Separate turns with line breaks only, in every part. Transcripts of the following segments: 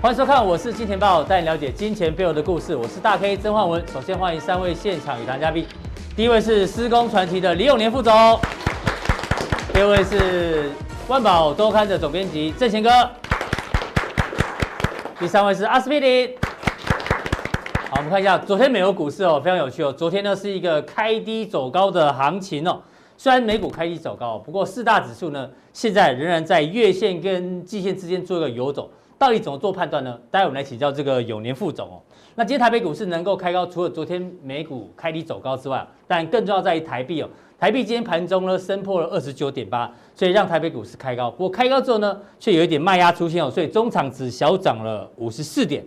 欢迎收看，我是金钱豹，带你了解金钱背后的故事。我是大 K 曾焕文。首先欢迎三位现场与谈嘉宾，第一位是施工传奇的李永年副总，第二位是万宝周刊的总编辑郑贤哥，第三位是阿司匹林。好，我们看一下昨天美国股市哦，非常有趣哦。昨天呢是一个开低走高的行情哦，虽然美股开低走高，不过四大指数呢现在仍然在月线跟季线之间做一个游走，到底怎么做判断呢？待会我们来请教这个永年副总哦。那今天台北股市能够开高，除了昨天美股开低走高之外，但更重要在于台币哦。台币今天盘中呢升破了二十九点八，所以让台北股市开高。不过开高之后呢，却有一点卖压出现哦，所以中场只小涨了五十四点。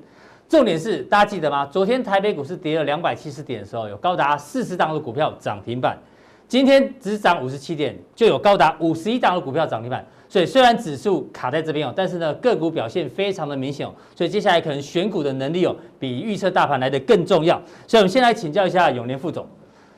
重点是，大家记得吗？昨天台北股市跌了两百七十点的时候，有高达四十档的股票涨停板，今天只涨五十七点，就有高达五十一档的股票涨停板。所以虽然指数卡在这边哦，但是呢个股表现非常的明显哦，所以接下来可能选股的能力哦，比预测大盘来的更重要。所以我们先来请教一下永年副总，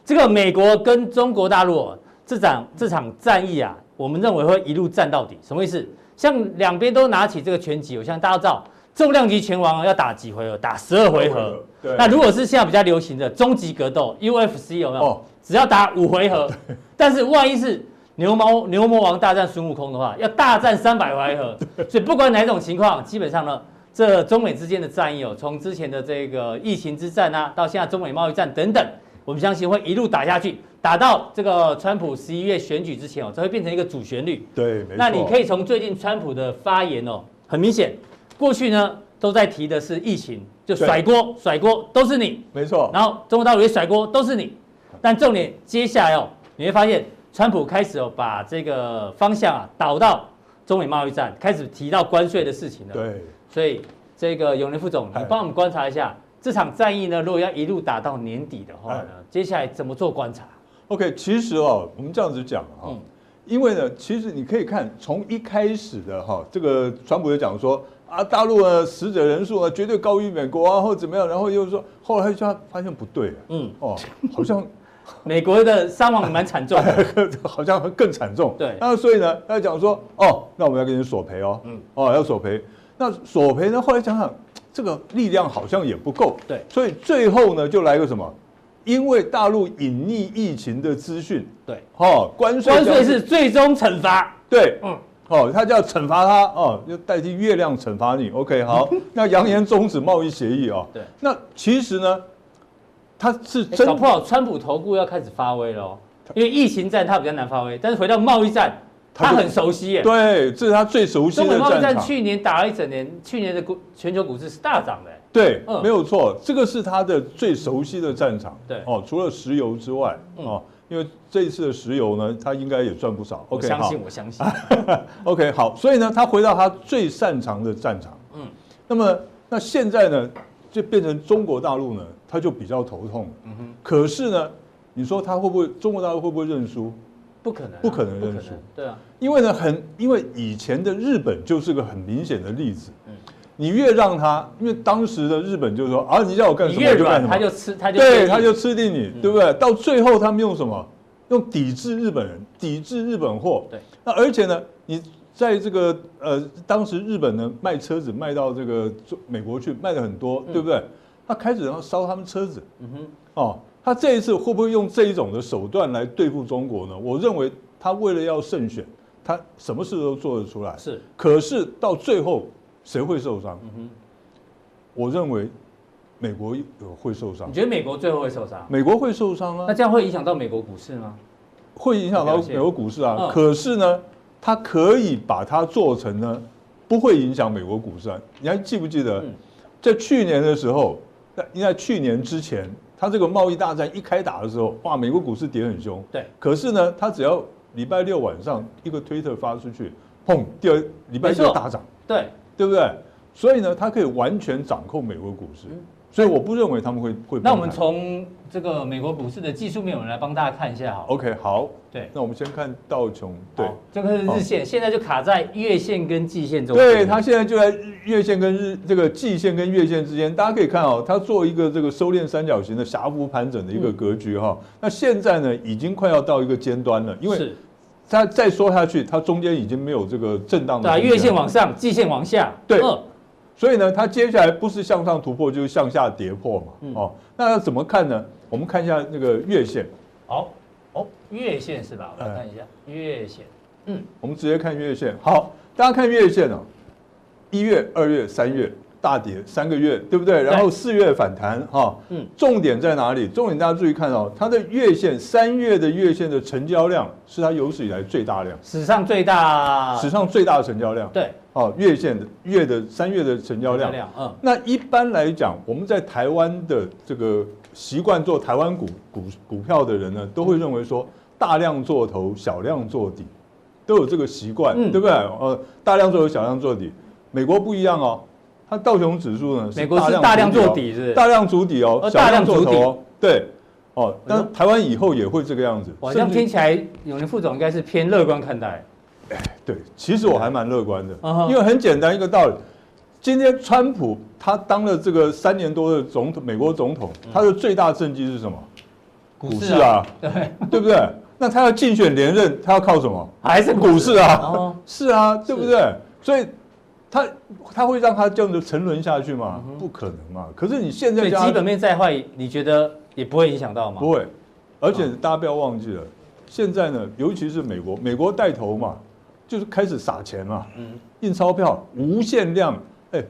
这个美国跟中国大陆、哦、这场这场战役啊，我们认为会一路战到底，什么意思？像两边都拿起这个拳击，我相信大家都知道。重量级拳王要打几回合？打十二回合。
对
那如果是现在比较流行的终极格斗 UFC 有没有？
哦
只要打五回合。但是万一是牛魔牛魔王大战孙悟空的话，要大战三百回合。所以不管哪种情况，基本上呢，这中美之间的战役哦，从之前的这个疫情之战啊，到现在中美贸易战等等，我们相信会一路打下去，打到这个川普十一月选举之前哦，这会变成一个主旋律。
对，没错。
那你可
以
以从最近川普的发言哦，很明显，过去呢都在提的是疫情，就
对哦
甩锅甩锅都是你，
没错，
然后中国大陆也甩锅都是你。但重点接下来哦，你会发现川普开始哦把这个方向啊导到中美贸易战，开始提到关税的事情了。，
对，
所以这个永年副总，你
哎
帮我们观察一下这场战役呢，如果要一路打到年底的话呢，
哎
接下来怎么做观察？
OK，其实哦，我们这样子讲哈、
嗯
因为呢，其实你可以看从一开始的哈、这个川普就讲说啊，大陆的死者人数啊绝对高于美国啊，或怎么样，然后又说， 后来就发现不对、
嗯，
哦，好像
美国的伤亡蛮惨重 的。
好像更惨重。
对
那所以呢，要讲说，哦，那我们要给你索赔哦，
嗯
嗯，哦，要索赔。那索赔呢，后来想想，这个力量好像也不够，
对
所以最后呢，就来个什么？因为大陆隐匿疫情的资讯，
对，
哦，关税
关税
将
是最终惩罚。
对，
嗯
嗯，哦，他就要惩罚他，哦，就代替月亮惩罚你。OK，好， 那扬言终止贸易协议哦。
对，
那其实呢，他是
欸
真
搞不好川普投顾要开始发威了哦，因为疫情战他比较难发威，但是回到贸易战，
他
他
就
很熟悉耶。
对，这是他最熟悉
中美
的
贸易
战
战
场。
去年打了一整年，去年的股全球股市是大涨的耶。
对
嗯，
没有错，这个是他的最熟悉的战场。
对
哦，除了石油之外，
嗯
哦，因为这一次的石油呢，他应该也赚不少。
我
OK，
相
好啊
信，我相信。
OK，好，所以呢，他回到他最擅长的战场。
嗯
嗯，那么那现在呢，就变成中国大陆呢，他就比较头痛。嗯哼，可是呢，你说他会不会中国大陆会不会认输？
不可能啊，
不可能认输
对啊，
因为呢，很因为以前的日本就是个很明显的例子。
嗯
嗯，你越让他，因为当时的日本就说啊，你要我干
你
什么
越
我就
软
干什么，
他就吃，他就
对，
吃
他就吃定你，
嗯
对不对？到最后他们用什么？用抵制日本人，抵制日本货。
对，
那而且呢，你在这个呃，当时日本呢卖车子卖到这个中美国去，卖的很多，
嗯
对不对？他开始要烧他们车子
嗯哼，
哦，他这一次会不会用这一种的手段来对付中国呢？我认为他为了要胜选，他什么事都做得出来。
是，
可是到最后，谁会受伤？
嗯
我认为美国有会受
哼，
伤
你，觉得美国最后会受伤？
美国会受伤啊
那。这样会影响到美国股市吗？
会影响到
了解
美国股市
嗯
啊。可是呢，它可以把它做成呢，不会影响美国股市啊。你还记不记得
嗯，
在去年的时候，在应该去年之前，它这个贸易大战一开打的时候，哇，美国股市跌很凶。
对，
可是呢，它只要礼拜六晚上一个推特发出去，砰，第二礼拜一
没错
就大涨，
对，
对不对？所以呢，它可以完全掌控美国股市
嗯。
所以我不认为他们会会崩盘。
那我们从这个美国股市的技术面，我们来帮大家看一下好了。
OK 好，
对，
那我们先看道琼对
好。，这个是日线，现在就卡在月线跟季线中间。
对，它现在就在日月线跟日这个季线跟月线之间，大家可以看哦，它做一个这个收敛三角形的狭幅盘整的一个格局哈、那现在呢，已经快要到一个尖端了，因为
嗯是
它再缩下去，它中间已经没有这个震荡的
对啊，
空间
月线往上，季线往下。
对
嗯
所以呢，它接下来不是向上突破就是向下跌破
嗯
嘛，哦，那要怎么看呢？我们看一下那个月线，
好，哦，月线是吧？我
哎
来看一下月线，嗯
我们直接看月线。好，大家看月线哦，一月、二月、三月大跌三个月，对不对？然后四月反弹哈、
嗯
重点在哪里？重点大家注意看哦，它的月线三月的月线的成交量是它有史以来最大量，
史上最大，
史上最大的成交量。
对，
哦，月线的月的三月的成交量。
嗯，
那一般来讲，我们在台湾的这个习惯做台湾股股股票的人呢，都会认为说大量做头，小量做底，都有这个习惯，
嗯
对不对？呃，大量做头，小量做底。美国不一样哦，它道琼指数呢，
美国是大量
筑
做
哦，
底是不是，
大量筑底哦
呃，
小量做
大量
头
筑
哦，对，哦，
哎
但台湾以后也会这个样子，
我这
甚
样
至
听起来，永年副总应该是偏乐观看待，
对，其实我还蛮乐观的
嗯哼，
因为很简单一个道理。今天川普他当了这个三年多的总统，美国总统，他的最大政绩是什么？嗯股市，啊，
对，
对不对？那他要竞选连任，他要靠什么？
还是
股市
哦
啊，是啊，对不对？所以他他会让他这样子沉沦下去吗？不可能嘛。可是你 现
所
在
以
叫他
基本面再坏，你觉得也不会影啊响到吗？
不会，而且大家不要忘记了，现在呢，尤其是美国，美国带头嘛，就是开始撒钱嘛，
嗯
印钞票无限量，哎、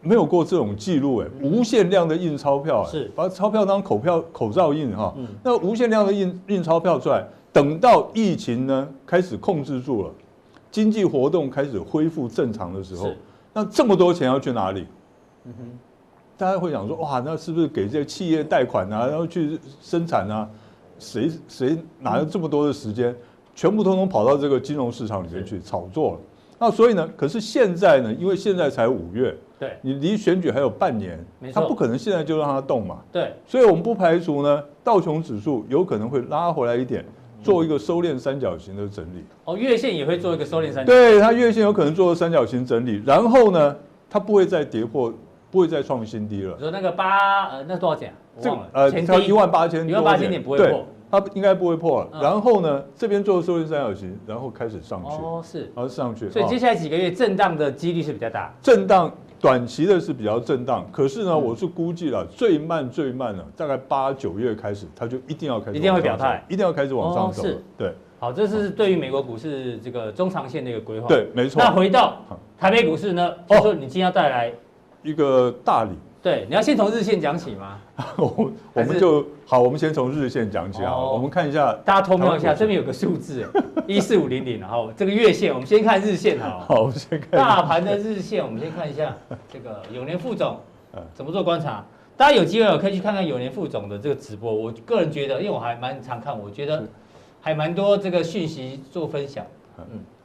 没有过这种记录，哎，无限量的印钞票、哎
嗯是
把钞票当口票口罩印哈、
嗯
那无限量的印印钞票出来，等到疫情呢开始控制住了，经济活动开始恢复正常的时候
是，
那这么多钱要去哪里？
嗯哼，
大家会想说，哇，那是不是给这些企业贷款啊，然后去生产啊？谁谁哪有这么多的时间，全部通通跑到这个金融市场里面去炒作了？那所以呢，可是现在呢，因为现在才五月，
对
你离选举还有半年
没，错
他不可能现在就让它动嘛。
对，
所以我们不排除呢，道琼指数有可能会拉回来一点，做一个收敛三角形的整理。
哦，月线也会做一个收敛三角，
对，它月线有可能做三角形整理，然后呢，它不会再跌破，不会再创新低了
你。说那个八呃，那多少点啊？我
这
忘
个
了，
呃，
前
它一
低
万八千
一万八千点不会破，
它应该不会破了。
嗯
然后呢，这边做收敛三角形，然后开始上去，
哦是，
然后上去，
所以
哦
接下来几个月震荡的几率是比较大，
震荡短期的是比较震荡，可是呢，
嗯
我是估计了最慢最慢了，大概八九月开始，它就一定要开始
一定会
往上
表态
走，一定要开始往上
哦
走
是
了，对
好，这是对于美国股市这个中长线的一个规划。，
对，没错
那，回到
好哦
台北股市呢？就说你今天要带来，
一个大理。
对，你要先从日线讲起吗？
我我
还
们
是
就好，我们先从日线讲起啊，
哦
我们看一下，
大家偷瞄一
台湾
下，
股市
这边有个数字，哎一四五零零，然后这个月线，我们先看日线好了。
好，我们先看一下，
大盘的日线，我们先看一下这个永年副总
嗯
怎么做观察。大家有机会可以去看看永年副总的这个直播。我个人觉得，因为我还蛮常看，我觉得
是
还蛮多这个讯息做分享。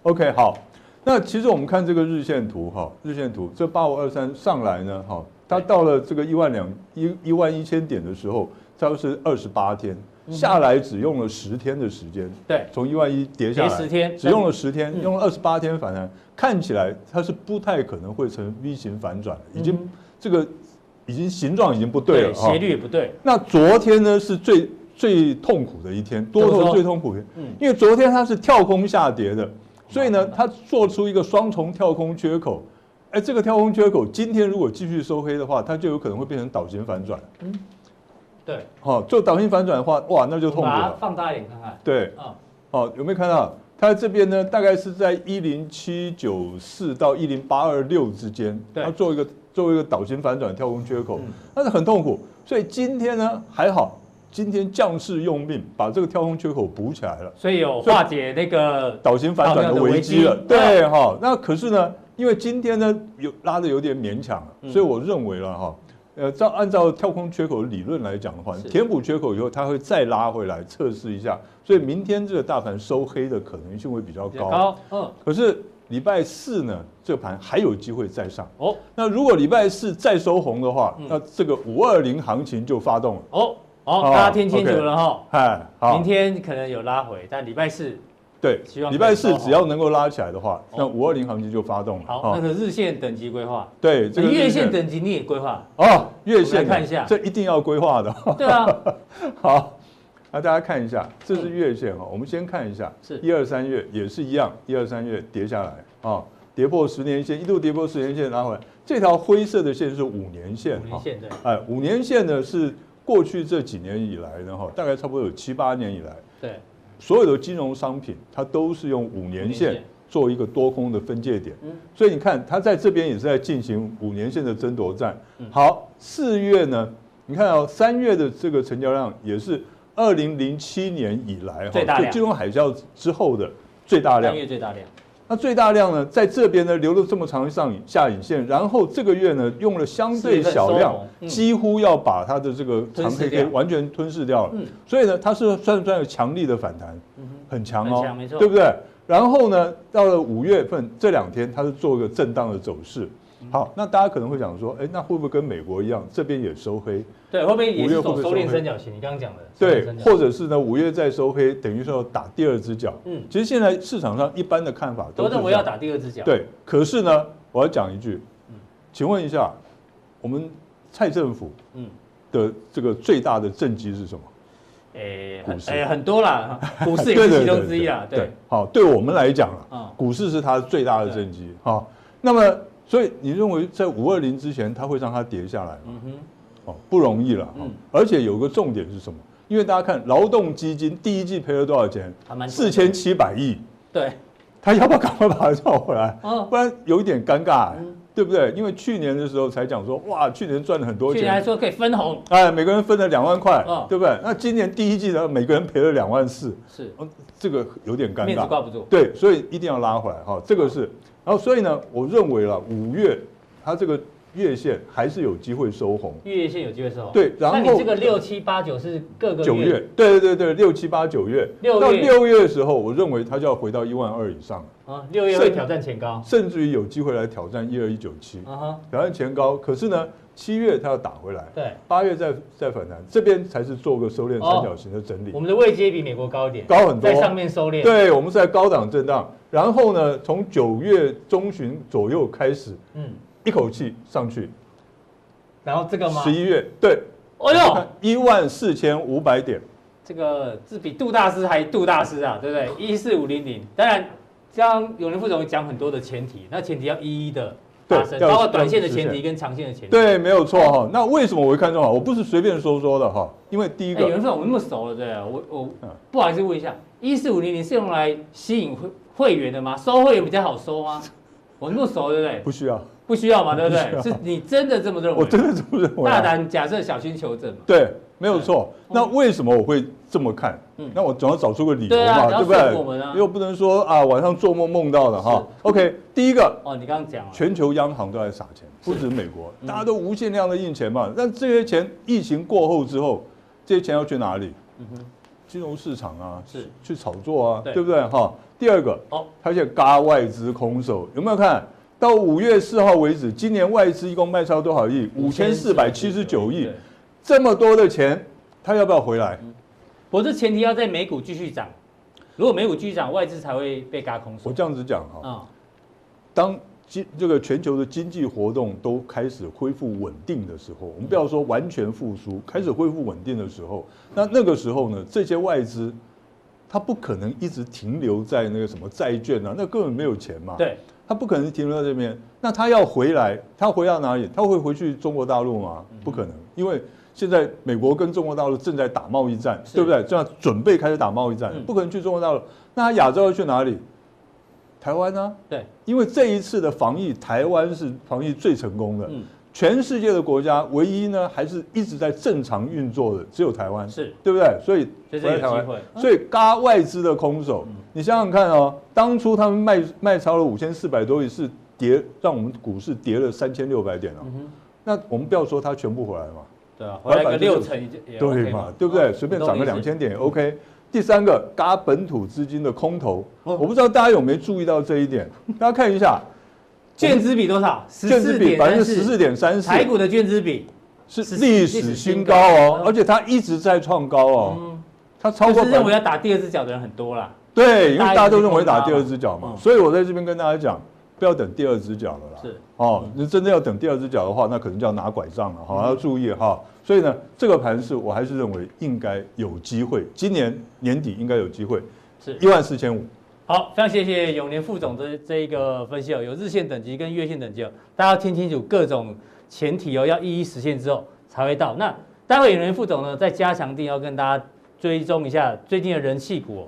OK，好，那其实我们看这个日线图哈，日线图这八五二三上来呢，哈，它到了这个一万两一一万一千点的时候，它就是二十八天
嗯
下来，只用了十天的时间，
对，
从一万一跌下
跌
来
十，天，
只用了十天，
嗯
用了二十八天反弹，看起来它是不太可能会成 V 型反转，已经
嗯
这个已经形状已经不对哦
对
了哈
斜。率也不对，
那昨天呢是最最痛苦的一天，多
怎么
头
说
最痛苦的一天
嗯，
因为昨天它是跳空下跌的，所以呢
真，的
它做出一个双重跳空缺口。哎，这个跳空缺口今天如果继续收黑的话，它就有可能会变成倒型反转。
对，
哦，做倒型反转的话，哇，那就痛苦
把它
了。
放大一点看看。
对，
啊，
哦，有没有看到它这边呢？大概是在一零七九四到一零八二六之间，
对
它做一个做一个倒型反转跳空缺口
嗯，
但是很痛苦。所以今天呢还好，今天将士用命把这个跳空缺口补起来了。
所以有化解那个
倒型反转的危机了。
倒量的危机嗯
对哈、那可是呢，因为今天呢有拉的有点勉强了，
嗯
所以我认为了哈、呃，照按照跳空缺口理论来讲的话
是，
填补缺口以后，它会再拉回来测试一下，所以明天这个大盘收黑的可能性会比较
比
高。
较高，嗯，
可是礼拜四呢，这盘还有机会再上。
哦
那如果礼拜四再收红的话，
嗯
那这个五二零行情就发动了。
哦哦，
哦
大家听清楚了哈。
哎，好，
明天可能有拉回，但礼拜四
对
希望，可以
礼拜四
收红
只要能够拉起来的话，
哦
那五二零行情就发动了。
好，
哦
那个日线等级规划，
对，这个
月
日
线等级你也规划，
哦，月线
我们来看一下
这一定要规划的。
对啊，
好，那大家看一下，这哦是月线哈、我们先看一下，
是
一二三月也是一样，一二三月跌下来啊、跌破十年线，一度跌破十年线拿回来。这条灰色的线是五年线
五
哈
年，线对，
哎，五年线呢是过去这几年以来呢哈，大概差不多有七八年以来，
对，
所有的金融商品它都是用五年
五年
线
线
做一个多空的分界点
嗯，
所以你看它在这边也是在进行五年线的争夺战
嗯。
好，四月呢，你看哦，三月的这个成交量也是二零零七年以来
最大
哈，
量
就金融海啸之后的最大量
三。月最大量，
那最大量呢，在这边呢留了这么长的上影下影线，然后这个月呢用了相对小
四月份
量
收红，嗯
几乎要把它的这个
吞
长
噬
黑 K
掉
完全吞噬掉了。
嗯
所以呢，它是算不算有强力的反弹？
嗯
很强
很
哦
强没，错
对不对？然后呢，到了五月份这两天，它是做一个震荡的走势。
嗯
好，那大家可能会想说，哎，那会不会跟美国一样，这边也收黑？
对，会不会也
五月
是
会不
走
会
收
收
敛
黑
三角形？你刚刚讲的，收
对
敛三，角
或者是呢，五月再收黑，等于说打第二只脚。
嗯，
其实现在市场上一般的看法
都
是
认为
这
要
样
打第二只脚，，
对，可是呢，我要讲一句
嗯，
请问一下，我们蔡政府
嗯，
的这个最大的政绩是什么？
诶，
股
很
市
诶很多 啦，股市也
对
是
对
其中
对
之一啦，对，
好，对我们来讲了，
嗯，
股市是它最大的政绩。好，那么所以你认为在五二零之前，它会让它跌下来吗？
嗯哼，
哦，不容易了。哈
嗯
而且有个重点是什么？因为大家看劳动基金第一季赔了多少钱？
还蛮
四千，七百亿，
对，
他要不要赶快把它叫回来？
嗯，
不然有一点尴尬、
嗯
对不对？因为去年的时候才讲说，哇，去年赚了很多
去年还
钱，
说可以分红，
哎，每个人分了两万块、
嗯
对不对？那今年第一季呢，每个人赔了两万四，
是
嗯这个有点尴
面子
尬，
挂不住，
对，所以一定要拉回来哈、这个是。然后所以呢，我认为了五月它这个月线还是有机会收红，
月线有机会收红，
对，然后
那你这个六七八九是各个
九月，对对对对，六七八九月，
六月
到六月的时候，我认为它就要回到一万二以上，
啊，六月会
甚
挑战前高，
甚至于有机会来挑战一二一九七。
啊哈，
挑战前高，可是呢，七月它要打回来，
对，
八月再再反弹，这边才是做个收敛三角形的整理，
我们的位阶比美国高一点，
高很多
哦在。上面收敛，
对，我们是在高档震荡，然后呢，从九月中旬左右开始，
嗯，
一口气上去，
然后这个吗？
十一月对，
哎呦，哦
一万四千五百点，
这个是比杜大师还杜大师啊，对不对？一四五零零，当然，像永仁副总讲很多的前提，那前提要一一的发生，
对要
包括短线的前
要实
提
现
跟长线的前提。
对，没有错哈。那为什么我会看中啊？我不是随便说说的哈，因为第一
哎，永
个
仁副总我们那么熟了，对不对我我
嗯
不好意思问一下，一四五零零是用来吸引会会员的吗？收会员比较好收吗？ 我那么熟，对不对？
不需要，
不需要嘛，对不
不需
对？
要
是你真的这么认
我
为？
真的这么认为啊。
大胆假设，小心求证嘛。
对，没有错。那为什么我会这么看
嗯？
那我总要找出个理由
对啊
嘛，
你要
对不
说服我们啊嗯
对？又不能说啊晚上做梦梦到的哈。OK，第一个，
哦，你刚刚讲了，
全球央行都在撒钱，不止美国，
嗯
大家都无限量的印钱嘛。那这些钱疫情过后之后，这些钱要去哪里？
嗯哼，
金融市场啊，
是
去炒作啊，
对
对不对哈？第二个
哦，
它现在嘎外资空手，有没有看到五月四号为止，今年外资一共卖超多少亿？五千四百七十九亿
对。。
这么多的钱，他要不要回来？
不过这前提要在美股继续涨，如果美股继续涨，外资才会被嘎空手
我。这样子讲哈，
啊、
当经这个全球的经济活动都开始恢复稳定的时候，我们不要说完全复苏，开始恢复稳定的时候，那那个时候呢，这些外资它不可能一直停留在那个什么债券啊，那根本没有钱嘛，
对，
它不可能停留在这边。那它要回来，它回到哪里？它会回去中国大陆吗？
嗯
不可能，因为。现在美国跟中国大陆正在打贸易战，
是
对不对？正在准备开始打贸易战
嗯，
不可能去中国大陆。那它亚洲要去哪里？台湾呢、
对，
因为这一次的防疫，台湾是防疫最成功的，
嗯，
全世界的国家唯一呢还是一直在正常运作的，只有台湾，
是，
对不对？所以
所以
回
这
来
有
台湾
机会。
所以嘎外资的空手
嗯，
你想想看哦，当初他们卖卖超了五千四百多亿，是跌让我们股市跌了三千六百点哦。
嗯哼，
那我们不要说它全部回来嘛，
对啊，回来个
百分之九
六
十
成也也 OK 哦啊
对嘛，对不对？随便涨个两，千
嗯
点也 OK。第三个，嘎本土资金的空头，
哦
我不知道大家有没有注意到这一点，大家看一下。
卷资比多少？十
券
四
资比
点
百分
三
之十四点三四，
台股的卷资比
是历史新高哦，而且它一直在创高哦，
嗯，
它超过
就是认
百
为要打第二只脚的人很多啦。
对，因为
大家
大家都认为打第二只脚
嗯
嘛，所以我在这边跟大家讲，不要等第二只脚了啦。
是嗯
哦，你真的要等第二只脚的话，那可能就要拿拐杖了哈，要注意哈。所以呢，这个盘势我还是认为应该有机会，今年年底应该有机会
是
一万四千五，
好，非常谢谢永年副总这这一个分析哦，有日线等级跟月线等级哦，大家要听清楚各种前提哦，要一一实现之后才会到。那待会永年副总呢，在加强定要跟大家追踪一下最近的人气股、哦，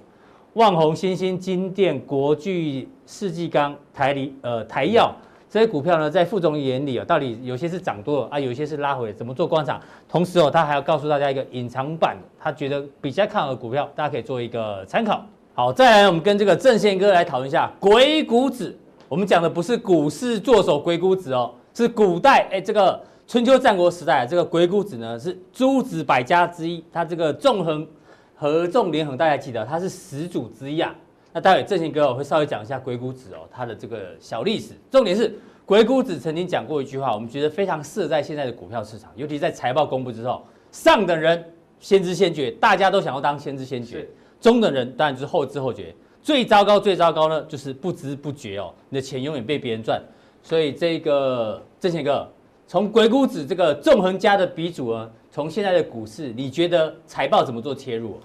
旺宏、新兴、金店、国巨、世纪钢、台里呃台药。这些股票呢，在副总眼里啊、哦，到底有些是涨多了啊，有些是拉回了，怎么做观察？同时哦，他还要告诉大家一个隐藏版，他觉得比较看好的股票，大家可以做一个参考。好，再来我们跟这个郑宪哥来讨论一下鬼谷子。我们讲的不是股市作手鬼谷子哦，是古代哎这个春秋战国时代这个鬼谷子呢是诸子百家之一，他这个纵横合纵连横，大家记得他是始祖之一啊。那待会郑贤哥我会稍微讲一下鬼谷子哦，他的这个小历史。重点是鬼谷子曾经讲过一句话，我们觉得非常适合在现在的股票市场，尤其在财报公布之后，上等人先知先觉，大家都想要当先知先觉；中等人当然就是后知后觉；最糟糕最糟糕呢，就是不知不觉哦，你的钱永远被别人赚。所以这个郑贤哥，从鬼谷子这个纵横家的鼻祖呢，从现在的股市，你觉得财报怎么做切入哦？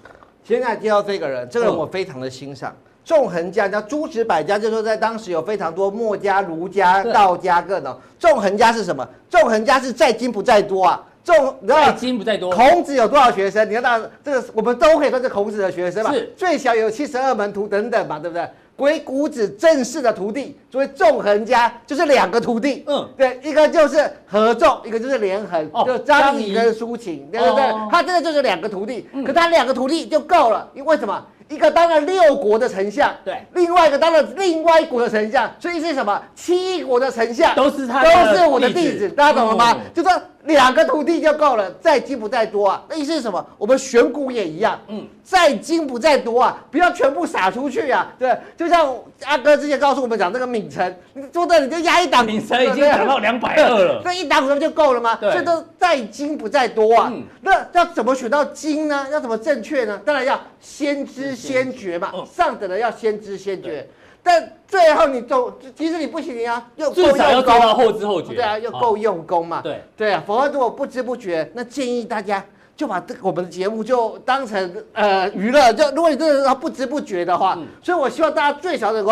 现在接到这个人，这个人我非常的欣赏。纵横家，叫诸子百家，就是说在当时有非常多墨家、儒家、
对
道家各种。纵横家是什么？纵横家是在精不在多啊。纵，你知道
在精不在多，
孔子有多少学生？你要到这个，我们都可以说是孔子的学生嘛
是。
最小有七十二门徒等等嘛，对不对？鬼谷子正式的徒弟，作为纵横家就是两个徒弟，
嗯
对，一个就是合纵，一个就是连横，
哦
就张
张
仪
仪
跟苏秦，对不对？
哦嗯
他真的就是两个徒弟，可他两个徒弟就够了，因为什么？一个当了六国的丞相，
对
另外一个当了另外一国的丞相，所以是什么？七国的丞相
都是他的
都是我的
弟
弟
子
子，大家懂了吗？
嗯
就说两个徒弟就够了，再精不在多啊。那意思是什么？我们选股也一样，
嗯
嗯，再精不在多啊，不要全部撒出去啊。对，就像阿哥之前告诉我们讲这个敏城，你说的你就压一档，
鼎神已经
对不对
涨到两百二 了。
那一档股票就够了吗？
对
所以都在精不在多啊。
嗯
那要怎么选到精呢？要怎么正确呢？当然要先知先觉嘛，
嗯
上等的要先知先觉
对。
但最后你走，即使你不行啊，又够
至少要
用
做
功
到后知后觉。
对啊，又
好
够用功嘛。
对
对啊，否则如果不知不觉，那建议大家就把这个我们的节目就当成呃娱乐，就如果你真的是不知不觉的话，
嗯
所以我希望大家最少能够。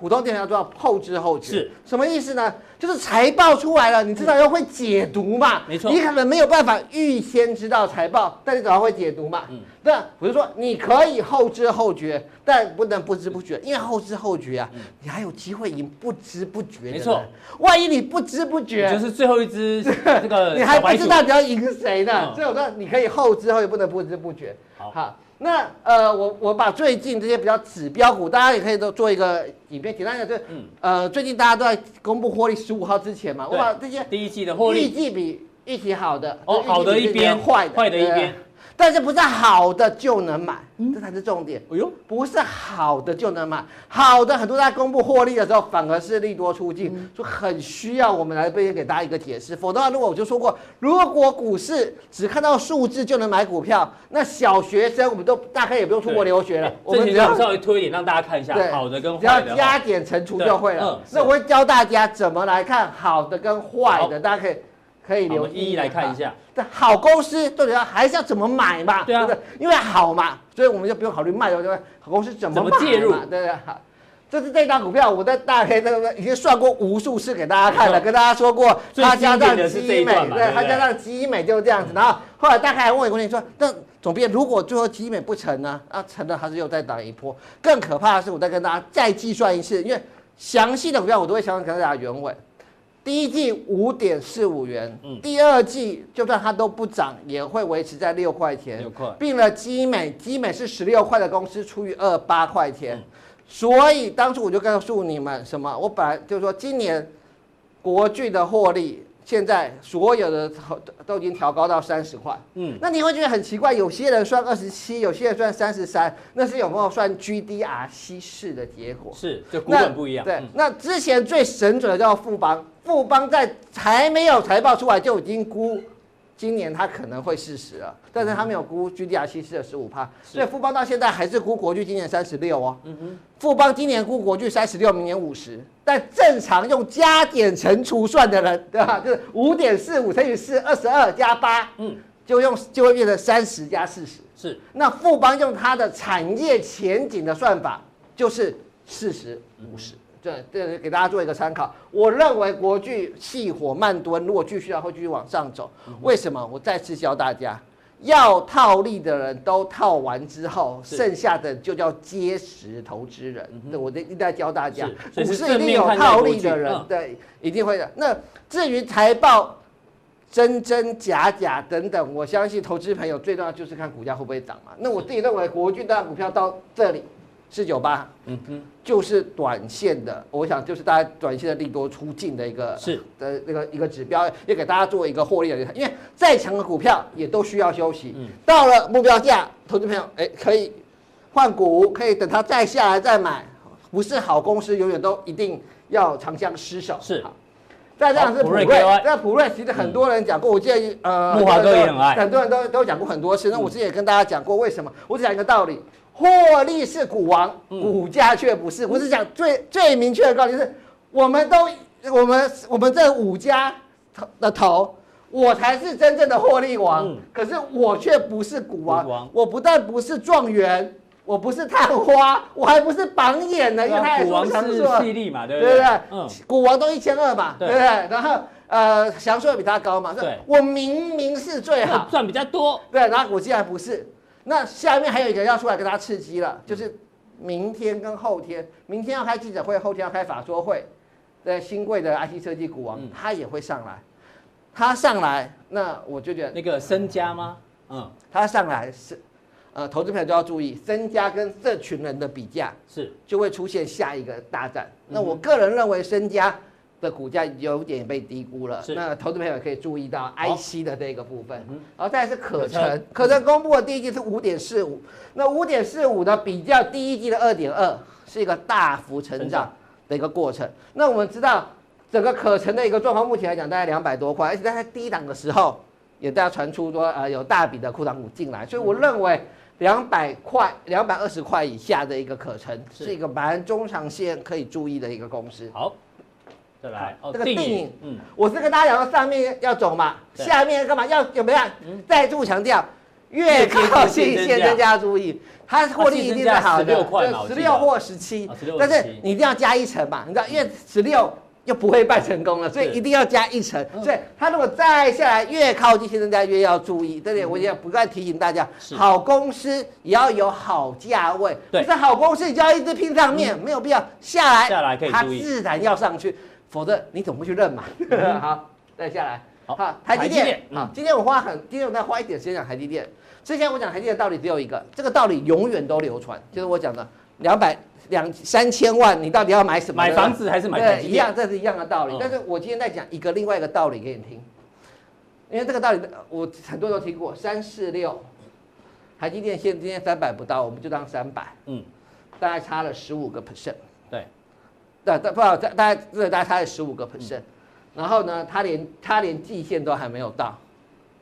普通电台要做到后知后觉，
是
什么意思呢？就是财报出来了，你至少要会解读嘛。
嗯没错
你可能没有办法预先知道财报，但你至少会解读嘛。
嗯
那我就说，你可以后知后觉，但不能不知不觉，因为后知后觉啊，你还有机会赢不知不觉
嗯
的人。
没错
万一你不知不觉，
你就是呃最后一只这个
你还
小
不
白
知
鼠
道你要赢谁呢
嗯，
所以我说你可以后知后觉，不能不知不觉。
好
那呃，我我把最近这些比较指标股，大家也可以都做一个影片，简单的就
嗯
呃，最近大家都在公布获利十五号之前嘛，我
对
把这些
第一季的获
预
利，
计比预期好的
哦
就预计
好的
比
一
预期的
边
坏的
坏的一
对
边
但是不是好的就能买，这才是重点。
哎呦，
不是好的就能买，好的很多在公布获利的时候，反而是利多出尽，就很需要我们来这边给大家一个解释。否则的话，如果我就说过，如果股市只看到数字就能买股票，那小学生我们都大概也不用出国留学了，我
哎这些
们只
就
要
稍微推一点，让大家看一下
对
好的跟
只要
坏的
加
哦。
减乘除
对
就会了
嗯。是
那我会教大家怎么来看好的跟坏
好
的，大家可以可以
好我
留
们
意啊
一一来看一。下。
对，好公司到底要还是要怎么买嘛？
对啊
不对？因为好嘛，所以我们就不用考虑卖了，对不对？好公司怎么
怎么介入
买嘛对不对？好，这是这档股票，我在大概那个已经算过无数次给大家看
没
了，
错
跟大家说过，
最
他
经
加
典
上
的是这一
基美，
段嘛对不对嗯
他加上基美就是这样子。然后后来大概还问我问题说，那总编如果最后基美不成呢？啊，成了还是又再打一波。更可怕的是，我再跟大家再计算一次，因为详细的股票我都会详细跟大家原委。第一季五点四五元，
嗯
第二季就算它都不涨，也会维持在六块钱。
六块
并了基美，基美是十六块的公司除以二八块钱，
嗯
所以当初我就告诉你们什么，我本来就是说今年国巨的获利，现在所有的都都已经调高到三十块。
嗯，
那你会觉得很奇怪，有些人算二十七，有些人算三十三，那是有没有算 GDR 稀释的结果？
是，就股
那
本不一样。
对
嗯，
那之前最神准的叫富邦，富邦在还没有财报出来就已经估。今年它可能会四十了，但是它没有估 GDR 稀释的十五趴，所以富邦到现在还是估国巨今年三十六哦。
嗯
富邦今年估国巨三十六，明年五十，但正常用加减乘除算的人，对吧？就是五点四五乘以四，二十二加八，
嗯
嗯，就用就会变成三十加四十。
是
那富邦用它的产业前景的算法，就是四十五十。这这给大家做一个参考。我认为国巨细火慢蹲，如果继续的话会继续往上走。为什么？我再次教大家，要套利的人都套完之后，
是
剩下的就叫结实投资人。对，我这一定在教大家，
是所以
股
是
市一
正
定
面
有
看待
套
国
利
巨
的人
嗯，
对，一定会的。那至于财报。真真假假等等，我相信投资朋友最重要就是看股价会不会涨嘛。那我自己认为，国巨大股票到这里四九八，
嗯哼，
就是短线的，我想就是大家短线的利多出尽的一个
是
的那个一个指标，也给大家做一个获利的，因为再强的股票也都需要休息。
嗯
到了目标价，投资朋友哎、可以换股，可以等它再下来再买，不是好公司永远都一定要长相失守。
是
好。再这样是
好
普
普瑞
瑞
KY，
那普瑞其实很多人讲过，我建议呃，
木华
很多人
哥也很爱
很多人都都讲过很多次。
嗯
那我之前也跟大家讲过，为什么？我只讲一个道理，获利是股王，
嗯
股价却不是。我是讲最最明确的道理是，我们都我们我们这五家头的头。我才是真正的获利王，
嗯
可是我却不是股王。
股王
我不但不是状元，我不是探花，我还不是榜眼呢，因为他
啊
也
股
说
王
常
是
说
犀利嘛，对不
对不
对
对？？
嗯，
股王都一千二嘛，
对
对不对？然后呃，祥硕比他高嘛，
对
是我明明是最好，
赚比较多，
对，啊然后我竟然不是。那下面还有一个要出来跟大家刺激了，就是明天跟后天，明天要开记者会，后天要开法说会，对，新贵的 IT 设计股王、
嗯
他也会上来，他上来，那我就觉得
那个身家吗？嗯，
他上来是，呃，投资朋友就要注意，身家跟这群人的比价，
是
就会出现下一个大战。
嗯
那我个人认为，身家的股价有点被低估了
是。
那投资朋友也可以注意到 IC 的这个部分
嗯哼，
然后再来是可
可
成，可成公布的第一季是五点四五，那五点四五呢比较第一季的二点二，是一个大幅成
成
长
长
的一个过程。那我们知道，整个可成的一个状况，目前来讲大概两百多块，而且在它低档的时候，也大家传出说呃有大笔的库藏股进来，所以我认为两百块、两百二十块以下的一个可成
是
是一个蛮中长线可以注意的一个公司。
好，再来哦，
这个
电
定
影
影，
嗯，
我是跟大家讲说上面要走嘛，
对
下面干嘛要有没有看
嗯？
再度强调，
越
越
接近
靠
竞
近
争
现
价
增加啊注意，它获利一定是好的，
啊竞争价16块嘛我记
十
得
六或十七嗯
啊16，
但是
17
你一定要加一层嘛，你知道，因为十六。又不会办成功了，所以
是
一定要加一层。所以它如果再下来，越靠近现增价越要注意。这里我也不断提醒大家
是，
好公司也要有好价位，不
对
是好公司你就要一直拼上面，没有必要下来，
下来可以
它
注意嗯
哎自然要上去，否则你怎么会去认嘛？ 好，再下来，
好
台积
台积
电
电，
好
嗯，
今天我花很，今天我再花一点时间讲台积电。之前我讲台积电的道理只有一个，这个道理永远都流
嗯
传，就是我讲的两百两三千万，你到底要买什么？
买房子还是买台
对，
积
一
电？
样，这是一样的道理
嗯。
但是我今天在讲一个另外一个道理给你听，因为这个道理呃我很多人都听过，三四六，台积电现今天三百不到，我们就当三百，
嗯，
大概差了十五个 percent。
对，
对，大不好，大大概对，大概差了十五个 percent，然后呢，它连它连季线都还没有到，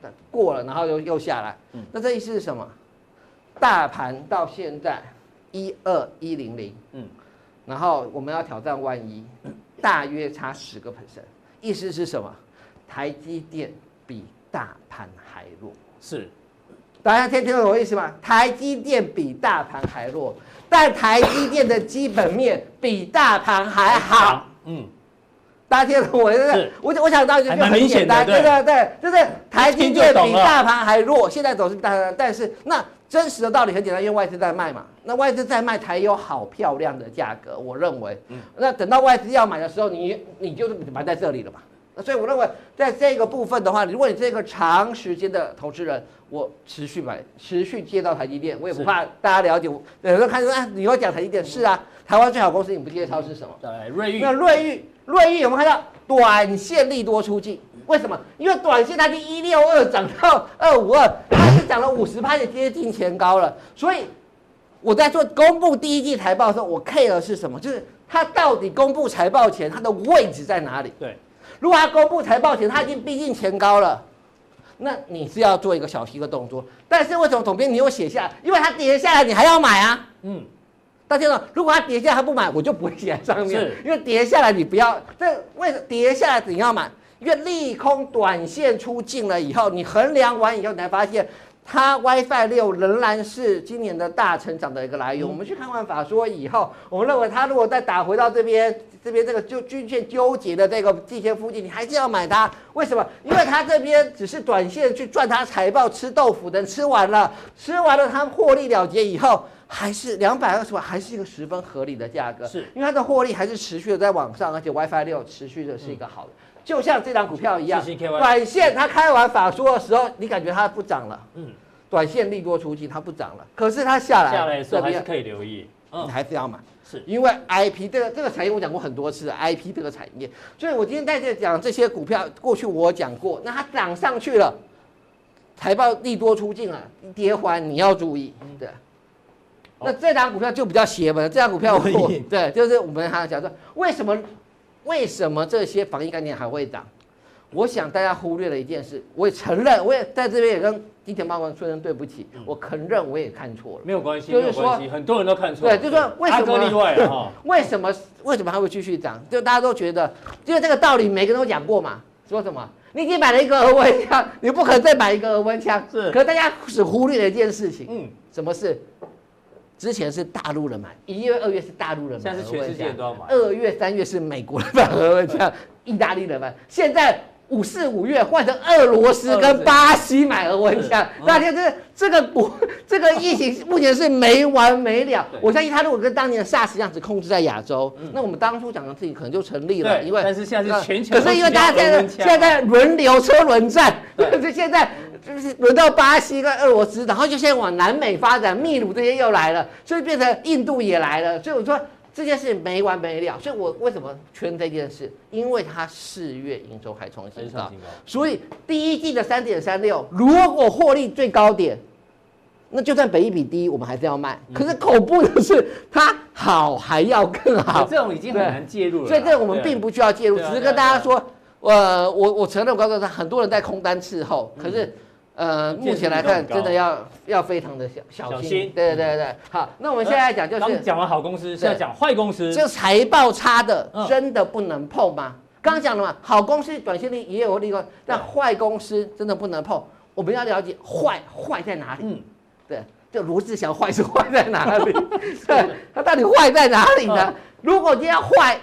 对过了，然后又又下来，那这意思是什么？大盘到现在一二一零零，
嗯
嗯，然后我们要挑战万一，大约差十个 percent，意思是什么？台积电比大盘还弱。
是
大家听听懂我意思吗？台积电比大盘还弱，但台积电的基本面比大盘还好。，
嗯，
大家听懂我意思
是？
我我想到一个
还
就
蛮
很
明显
简
的
单，
对
对对对，就是台积电
一听就懂
比
了
大盘还弱，现在走势比大盘，但是那真实的道理很简单，因为外资在卖嘛，那外资在卖才有好漂亮的价格，我认为。那等到外资要买的时候，你你就是买在这里了嘛。那所以我认为，在这个部分的话，如果你这个长时间的投资人，我持续买，持续接到台积电，我也不
是
怕大家了解我。有人看说啊，你会讲台积电是啊，台湾最好公司你不介绍是什么？
再来呃瑞昱
那，瑞昱，瑞昱有没有看到短线利多出尽？为什么？因为短线它第一六二涨到二五二，它是涨了五十趴，也接近前高了。所以我在做公布第一季财报的时候，我 care 的是什么？就是它到底公布财报前它的位置在哪里？
对，
如果它公布财报前它已经逼近前高了。那你是要做一个小息的动作，但是为什么总编你又写下来？因为它跌下来，你还要买啊。
嗯，
大家呢，如果它跌下来它不买，我就不会写在上面
是，
因为跌下来你不要，这为什跌下来你要买？因为利空短线出尽了以后，你衡量完以后，你才发现它 WiFi 六仍然是今年的大成长的一个来源。我们去看万法说以后，我们认为它如果再打回到这边这边这个就均线纠结的这个季线附近，你还是要买它。为什么？因为它这边只是短线去赚它财报吃豆腐的，吃完了，吃完了它获利了结以后。还是两百二十万，还是一个十分合理的价格，
是
因为它的获利还是持续的在往上，而且 WiFi 六持续的是
嗯
一个好的，就像这档股票一样，
CCKY
短线它开完法说的时候，你感觉它不涨了，
嗯，
短线利多出尽，它不涨了，可是它下来了
下来的时
哎这
候还是
边
可以留意。嗯
你，还是要买，
是
因为 IP 这个这个产业我讲过很多次了，IP 这个产业，所以我今天在这讲这些股票，过去我讲过，那它涨上去了，财报利多出尽了，跌环你要注意，对。啊那这档股票就比较邪门，这档股票我
所以
对，就是我们还讲说，为什么为什么这些防疫概念还会涨？我想大家忽略了一件事，我也承认，我也在这边也跟金钱豹官说声对不起，我承认我也看错了。
没有关系，
就
没
是
有关系，很多人都看错了。
对就是说为什么
阿哥例外了 哈？
为什么为什么它会继续涨？就大家都觉得，因为这个道理每个人都讲过嘛。说什么？你已经买了一个额温枪，你不可能再买一个额温枪。
是
可大家只忽略了一件事情，
嗯，
什么事？之前是大陆人买，一月、二月是大陆人买，
现在是全世界都要买
二月、三月是美国人买额 温枪，意大利人买。现在五四五月换成俄罗斯
俄罗
跟
斯
巴西买额温枪
是，嗯
大家这这个不这个疫情 目前是没完没了
对。嗯
我相信他如果跟当年的 SARS 一样只控制在亚洲，那我们当初讲的事情可能就成立了，
对
因为呃
但是现在是全球
可是因为大家现
都
在
是这样
现在轮流车轮战，
对
就 现在就是轮到巴西跟俄罗斯，然后就现在往南美发展，秘鲁这些又来了，所以变成印度也来了，所以我说。这件事没完没了，所以我为什么圈这件事？因为它四月营收还创
很
新
少
高
听，高。
所以第一季的三点三六，如果获利最高点，那就算本一比低，我们还是要卖。可是恐怖的是，它好还要更好
我，这种已经很难介入了啦。
所以这我们并
不
不需要介入，
对啊
只是跟大家说，呃，我我承认，我告诉他，很多人在空单伺候，可是。呃，
嗯见识
目前来
比
看，
较高
真的要要非常的小
小心
小
呃
心。对对对，好，那我们现在讲就
刚
是，
讲完好公司，现在讲坏公司。
这财报差的
嗯
真的不能碰吗？刚讲了嘛，好公司短线利也有利润，但坏公司真的不能碰。我们要了解坏坏在哪里？
嗯，
对，这罗志祥坏是坏在哪 里？对，他到底坏在哪里呢
嗯？
如果今天坏，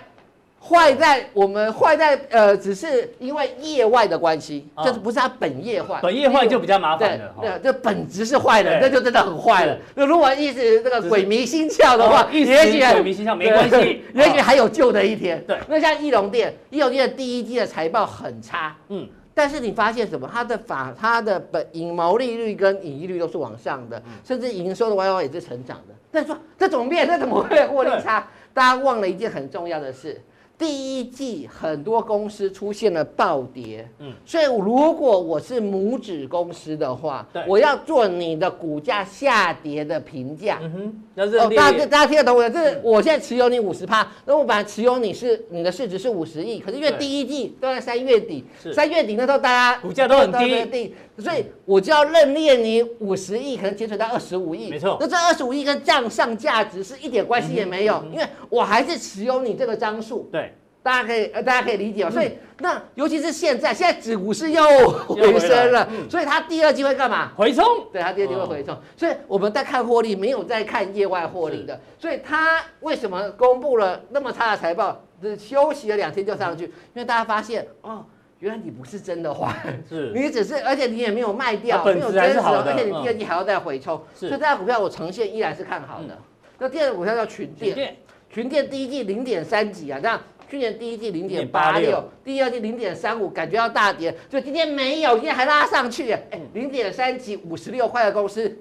坏在我们坏在呃，只是因为业外的关系，
嗯
就是不是他本业坏，
本业坏就比较麻
对
烦了。
对
哈，
这本质是坏的，
对
那就真的很坏了
是。
那如果一直这个
只是
鬼迷心窍的话
哦，一
也
时
许
鬼迷心窍没关
对，
系
也许还有救的一天。
对
那像翼龙店，翼龙店的第一季的财报很差，
嗯，
但是你发现什么？它的法，它的本盈毛利率跟盈利率都是往上的，
嗯
甚至营收的 Y Y 也是成长的。那你说这怎么变？这怎么会获利差？大家忘了一件很重要的事。第一季很多公司出现了暴跌，
嗯
嗯，所以如果我是母子公司的话
对，
我要做你的股价下跌的评价，
嗯哼，要
哦
认，
大家
列
大家听得懂我的？这是我现在持有你五十趴，那我本来持有你是你的市值是五十亿，可是因为
对
第一季都在三月底
是，
三月底那时候大家
股价都很低
所以我就要认列你五十亿，可能减损到二十五亿，
没错嗯
那这二十五亿跟账上价值是一点关系也没有，因为我还是持有你这个张数。
对，
大家可以，呃，大家可以理解哦。所以，那尤其是现在，现在指股市又
嗯又回
回升
来嗯
了，所以它第二季会干嘛？
回 冲。
对，它第二季会回
哦
冲，所以我们在看获利，没有在看业外获利的，所以它为什么公布了那么差的财报，只休息了两天就上去？因为大家发现哦，原来你不是真的坏，
是
你只是，而且你也没有卖掉，
它本
没
质
有
还
坚
是
持，
好的嗯
而且你第二季还要再回冲，
是嗯
所以这家股票我呈现依然是看好的。那第二个股票叫群
酒
电，
店
群电第一季零点三几啊，这样去年第一季零点八
0.86
六，第二季零点三五，感觉要大跌，所以今天没有，今天还拉上去，哎，零点三几五十六块的公司，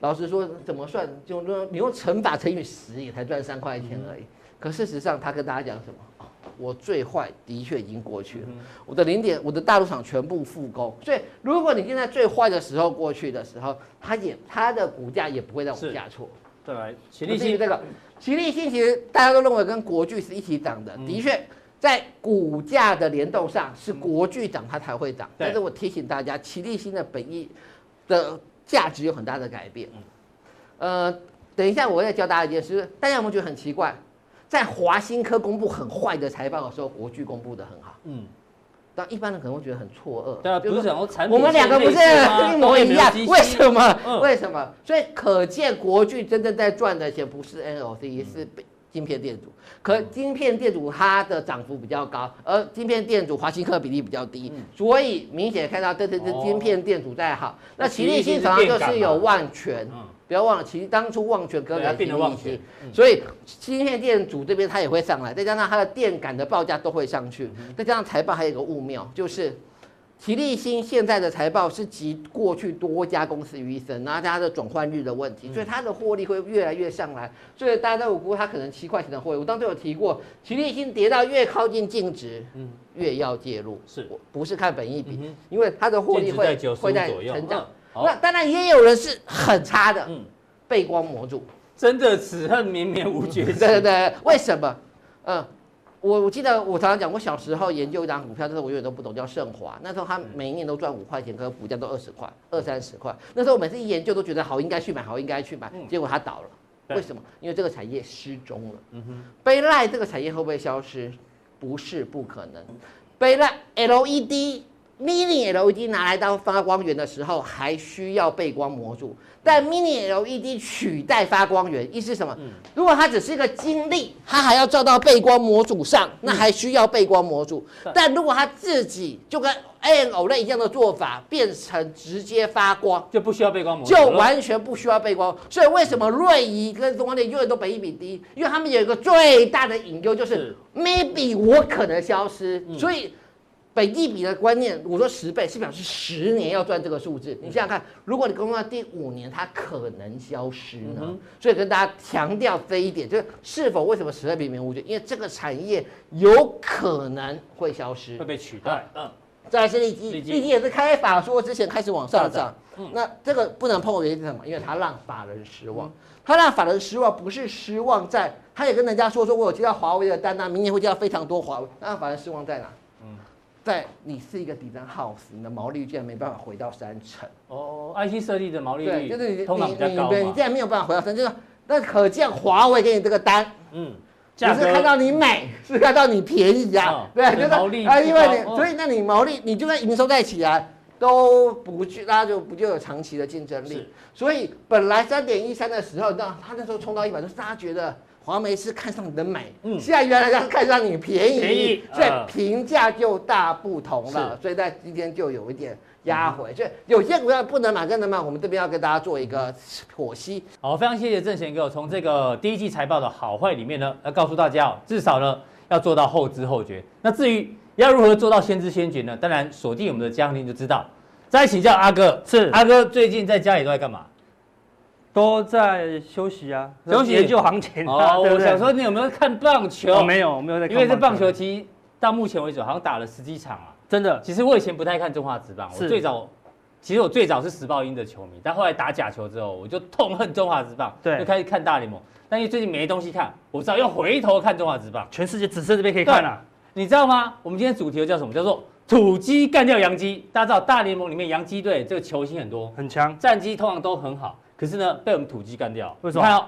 老实说怎么算，就说你用乘法乘以十也才赚三块钱而已。可事实上，他跟大家讲什么？哦我最坏的确已经过去了，我的零点，我的大陆厂全部复工，所以如果你现在最坏的时候过去的时候，它也它的股价也不会再
是
往下挫。
对，齐
不
力
至于
新
这个，齐力新其实大家都认为跟国巨是一起涨
嗯
的，的确在股价的联动上是国巨涨它才会涨，
对
但是我提醒大家，齐力新的本意的价值有很大的改变。
嗯
呃，等一下我再教大家一件事，大家有没有觉得很奇怪？在华新科公布很坏的财报的时候，国巨公布的很好。
嗯，
但一般人可能会觉得很错愕。
对啊，不
就是说
讲说产品
我们两个不是
线类似吗
一模一样
都也没有机，器
为什么？
嗯
为什么？所以可见国巨真正在赚的钱不是
嗯
NOC，是被晶片店主。可晶片店主它的涨幅比较高，而晶片店主华新科比例比较低，所以明显看到这这这
嗯哦
晶片店主在好。
那
那
奇
奇
力
力
新
新厂就
是电
是
感
有
嘛
万全，
嗯
不要忘了，其实当初旺全哥
对啊
跟
变成旺全
所以芯片店主这边它也会上来，再加上它的电感的报价都会上去，
嗯
再加上财报还有一个误谬，就是奇力新现在的财报是集过去多家公司于一身，然后它的转换率的问
嗯
题，所以它的获利会越来越上来，所以大家在我估它可能七块钱的获利，我当时有提过，奇力新跌到越靠近净值，
嗯
越要介入，
是
我不是看本益比
嗯，哼
因为它的获利
净值在
会
95
会在
左右
成长
嗯。好
那当然也有人是很差的，
嗯，
背光 魔柱。
真的此恨绵绵无绝
对
期。
对对，为什么？嗯，我我记得我常常讲，我小时候研究一档股票，但是我永远都不懂，叫盛华。那时候它每一年都赚五块钱，可是股价都二十块、
嗯
二三十块。那时候我每次一研究都觉得好，应该去买，好应该去买
嗯，
结果它倒了。
对
为什么？因为这个产业失踪了。
嗯哼，
杯赖这个产业会不会消失？不是不可能。杯赖 LED、Mini LED E 拿来当发光源的时候，还需要背光模组，但 Mini LED 取代发光源，意思是什么？如果它只是一个晶粒，它还要照到背光模组上，那还需要背光模组。
嗯
但如果它自己就跟 AMOLED 一样的做法，变成直接发光，
就不需要背光膜，
就完全不需要背光。所以为什么瑞仪跟中光电永远都本一比低？因为他们有一个最大的隐忧，就是是 maybe 我可能消失，
嗯
所以。本一比的观念，我说十倍是表示十年要赚这个数字。
嗯
你想想看，如果你工作到第五年，它可能消失呢？
嗯哼
所以跟大家强调这一点，就是是否为什么十倍比名无绝？因为这个产业有可能会消失
会。被取代。嗯，
再来是利基，
利
利
基
基也是开法说之前开始往上
上涨嗯
涨，那这个不能碰的原因是什么？因为它让法人失望，它让法人失望不是失望在，他也跟人家说说我有接到华为的单啊，明年会接到非常多华为，那让法人失望在哪？
嗯
在你是一个底层 house，你的毛利率竟然没办法回到三成，
哦，IC 设计的毛利
对，就是你
率通常比较高
你你你
嘛
竟。然没有办法回到三成，就是那可见华为给你这个单
嗯，
不
价
是看
格
到 你美，是看到你便宜
哦
啊，对，
你
就是
毛利
啊，
不
因为你
高哦
所以那你毛利，你就算营收再起来，都不具，那就不就有长期的竞争力
是。
所以本来三点一三的时候，那他那时候冲到一百，就是大家觉得华媒是看上你的美，
嗯
现在原来要看上你便宜，
便宜
所以
嗯
评价就大不同了。所以在今天就有一点压回，所以有些股票不能买，跟能买，我们这边要跟大家做一个剖析。
好，非常谢谢郑贤哥从这个第一季财报的好坏里面呢，要告诉大家哦，至少呢要做到后知后觉。那至于要如何做到先知先觉呢？当然锁定我们的江林就知道。再请教阿哥，
是
阿哥最近在家里都在干嘛？
都在休息啊，
休息
研究行情啊。
哦，
对不
我
对
想说你有没有看棒球？
我没有，我没有在看
因为这棒球
球
其实到目前为止好像打了十几场啊。
真的
其实我以前不太看中华职棒，我
是
最早其实我最早是时报鹰的球迷，但后来打假球之后，我就痛恨中华职棒，
对
就开始看大联盟。但因为最近没东西看，我只好又回头看中华职棒。
全世界只剩这边可以看啊了、
你知道吗？我们今天主题又叫什么？叫做土鸡干掉洋鸡。大家知道大联盟里面洋基队这个球星很多，
很强。
战绩通常都很好，可是呢被我们土鸡干掉。
为什么
你看哦，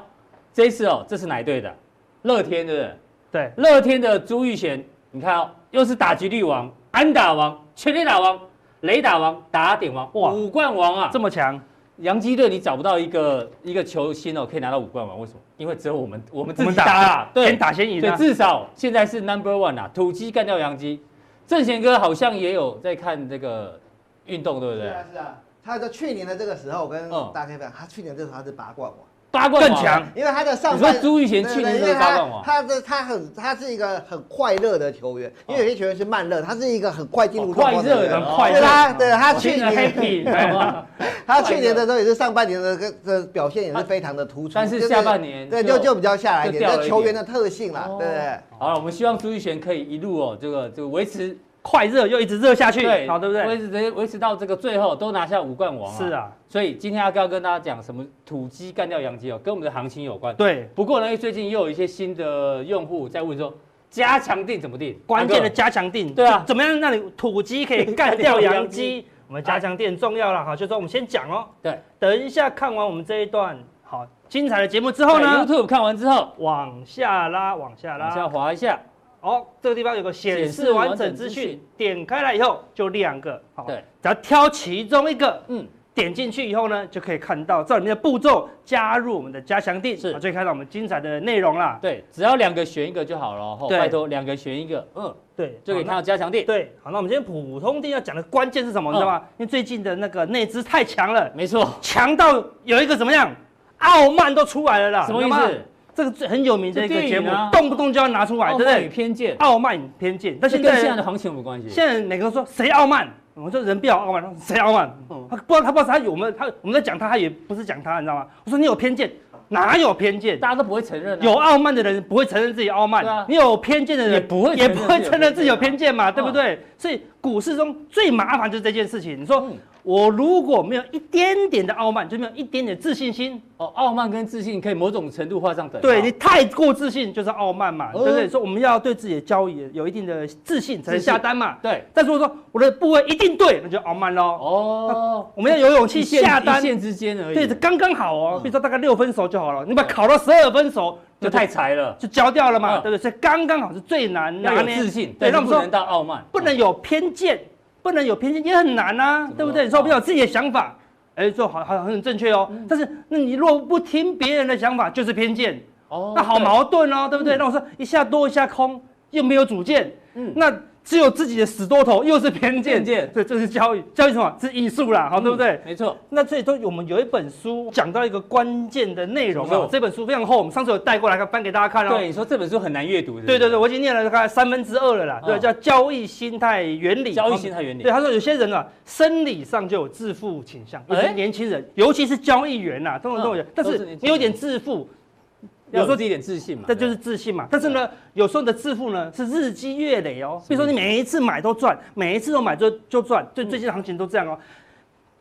这一次哦，这是哪一队的？乐天对不对？
对，
乐天的朱玉贤，你看哦，又是打击率王、安打王、全垒打王、雷打王、打点王，哇，
哇
五冠王啊！这
嗯这么强，
洋基队你找不到一个一个球星哦，可以拿到五冠王，为什么？因为只有我们我们自
我
己
们
打
打
啊，对
先，打先赢
对，
啊。
至少现在是 number one 啊，土鸡干掉洋基。正贤哥好像也有在看这个运动，对不
是
对？
啊是啊，他在去年的这个时候，我跟
嗯
大 K 分享，他去年这时候他是拔罐王，
八冠王啊
更强
因为他的上
你说
半。
朱玉贤
对
去年
对
就
因
是
为
八
他
冠王，
他的他很他是一个很快乐的球员，因为有些球员是慢热，他是一个很快进入
哦
状况
快热哦
人。
很快
对
乐
他对他
我
去
听着
年
happy，你知 道
哎
吗？
他去年的时候也是上半年的个的表现也
他
是非常的突出，
但是
就
下半年
对
就
就就比较下来一
就
点，
掉了
这
一
球员
点
的特性啦
哦，
对不对？
好了，我们希望朱玉贤可以一路哦，这个这个维持
快热又一直热下去，好，对不
维
对？
持直接维持到这个最后都拿下五冠王、
是。啊，
所以今天阿哥要跟大家讲什么土鸡干掉洋鸡哦，跟我们的行情有关。
对，
不过呢，因为最近又有一些新的用户在问说，加强定怎么定？
关键的
阿哥
加强定，
对啊
就怎么样让你土鸡可以干掉 洋鸡？我们加强定很重要了，好，就说我们先讲哦。
哎对，
等一下看完我们这一段好精彩的节目之后呢，
对，YouTube 看完之后
往下拉，往下
往
拉，
下滑一下，
哦，这个地方有个显
显
示
示
完
完
整
整
资
资
讯
讯，
点开来以后就两个，好，
对，
只要挑其中一个，
嗯，
点进去以后呢，就可以看到这里面的步骤加入我们的加强定，
是
啊就可以看到我们精彩的内容啦。
对，只要两个选一个就好了，吼，哦
对
拜托两个选一个，嗯，
对，
就可以看
好
到加强
那
店，
对，好，那我们今天普通店要讲的关键是什么，你
嗯
知道吗？因为最近的那个内资太强了，
没错，
强到有一个怎么样，傲慢都出来了啦。
什么意
你知道吗？
思？
这个最很有名的一
这
个
电
节
影
目，
啊哦
动不动就要拿出来，
傲
对不
慢与
对？
偏见，
傲慢与偏见，但
这
现
跟现在
在
的行情有没有关系？
现在每个人说谁傲慢，我说人不要傲慢，谁傲慢？
嗯
他不知道他不知道他有没有他我们在讲他，他也不是讲他，你知道吗？我说你有偏见，哪有偏见？
大家都不会承认啊，
有傲慢的人不会承认自己傲慢，
对啊
你有偏见的人
也不会
也不会承认自己有偏见嘛，
嗯
对不对？所以股市中最麻烦就是这件事情。你说、
嗯
我如果没有一点点的傲慢，就没有一点点自信心，
哦，傲慢跟自信可以某种程度画上等号，
对你太过自信就是傲慢嘛，
嗯
对不对？所以我们要对自己的交易有一定的自信才能
自信
下单嘛。
对，
但是我说我的部位一定对，那就傲慢喽。
哦，
我们要有勇
一
气
线
下单
一，线之间而已，
对，刚刚好哦。比如说大概六分熟就好了，你把它烤到十二分熟
嗯就太柴了，
就交掉了嘛，
嗯
对不对？所以刚刚好是最难
要
拿
有
捏。
自信，
对，
但是
那我们
不能
说
到傲慢，
不能有偏见，不能有偏见也很难啊，
么
对不对？
了
你说我们有自己的想法，哎，这好好很正确哦。
嗯
但是那你若不听别人的想法，就是偏见。
哦
那好，矛盾哦，对不对？那我说一下多一下空，又没有主见，
嗯
那只有自己的死多头，又是偏见，
偏见嗯
对，这是交易，交易什么？是艺术啦，好，对不对？
没错，
那这里都我们有一本书讲到一个关键的内容
什么
啊
书，
这本书非常厚，我们上次有带过来翻给大家看哦。
对，你说这本书很难阅读，是不是
对对对，我已经念了大概三分之二了啦。
嗯
对，叫交易心态原理。
交易心态原理
对，他说有些人啊，生理上就有致富倾向，尤其
哎
是年轻人，尤其是交易员呐，通常都有
嗯。
但
都是
是
年轻人
你有点致富，
要
有
有
时候
自己一点自信嘛，
这就是自信嘛。但是呢，有时候你的致富呢是日积月累哦。比如说你每一次买都赚，每一次都买就就赚，对最近的行情都这样哦。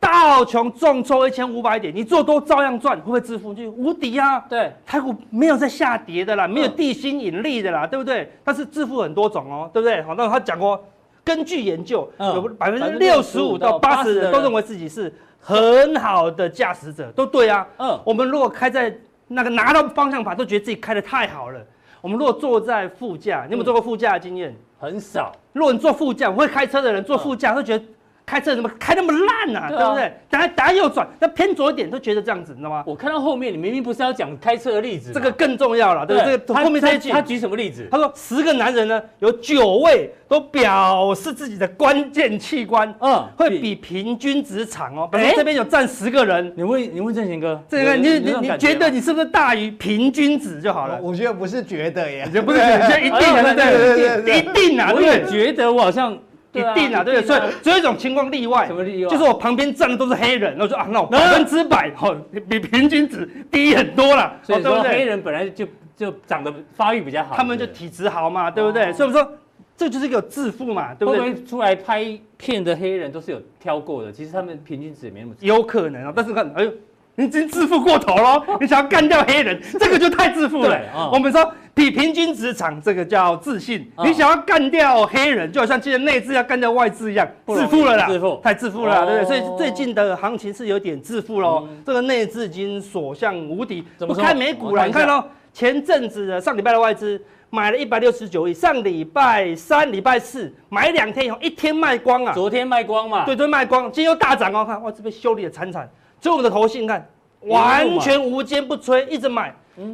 道琼重挫一千五百点，你做多照样赚，会不会致富？就无敌啊！
对
台股没有在下跌的啦，没有
嗯
地心引力的啦，对不对？但是致富很多种哦，对不对？好，那他讲过，根据研究，
嗯
有百分之六十五到八十的人都认为自己是很好的驾驶者，都对啊。
对，嗯，
我们如果开在那个拿到方向盘，都觉得自己开的太好了。我们如果坐在副驾，你有没有坐过副驾的经验？
很少，
如果你坐副驾，会开车的人坐副驾会觉得开车怎么开那么烂啊，
对
嗯对
啊
不对？打打右转，那偏左一点都觉得这样子，你知道吗？
我看到后面你明明不是要讲开车的例子嘛，
这个更重要了，对不对？这个
他
后面这一句
他，他举什么例子？
他说十个男人呢，有九位都表示自己的关键器官
嗯，
会比平均值长哦。比如
哎
说这边有占十个人，
你问你问郑贤哥，
这
有
个你
有
你
有这种
你
感
觉得
吗哦
你是不是大于平均值就好了？
我觉得不是觉得耶，
这不是你这一定
哎
啊，
对
对
对
不对？一定啊，
我
对
也
不对？
觉得我好像
一定啊，对不对？所以只有一种情况例外
什。么例外？嗯
就是我旁边站的都是黑人，然后说啊，那我
然后
百分之百哦，比平均值低很多了，
所
哦
以
对
说
不对
黑人本来就就长得发育比较好，
他们就是
不是
体质好嘛，对不对？
哦
所以我说这就是一个致富嘛，对不
会不
对？
会出来拍片的黑人都是有挑过的？其实他们平均值也没那么
有可能啊，但是看，哎呦，你已经致富过头喽， 你想要干掉黑人，这个就太致富了
对哦。
我们说比平均职场这个叫自信，
哦
你想要干掉黑人，就好像今天内资要干掉外资一样，
不容易
致富了啦，
致富
太致富了啦，
哦嗯
对不对？所以最近的行情是有点致富喽，这个内资已经所向无敌。
怎么
我
说
看美股了，
我看一
你
下
看喽，前阵子的上礼拜的外资。买了一百六十九亿，上礼拜三、礼拜四买两天以后，一天卖光啊！
昨天卖光嘛，
对，都卖光，今天又大涨哦，看哇，这边修理的惨惨，只有我们的头信看
路哎嘛嗯
完全无坚不摧，一直买。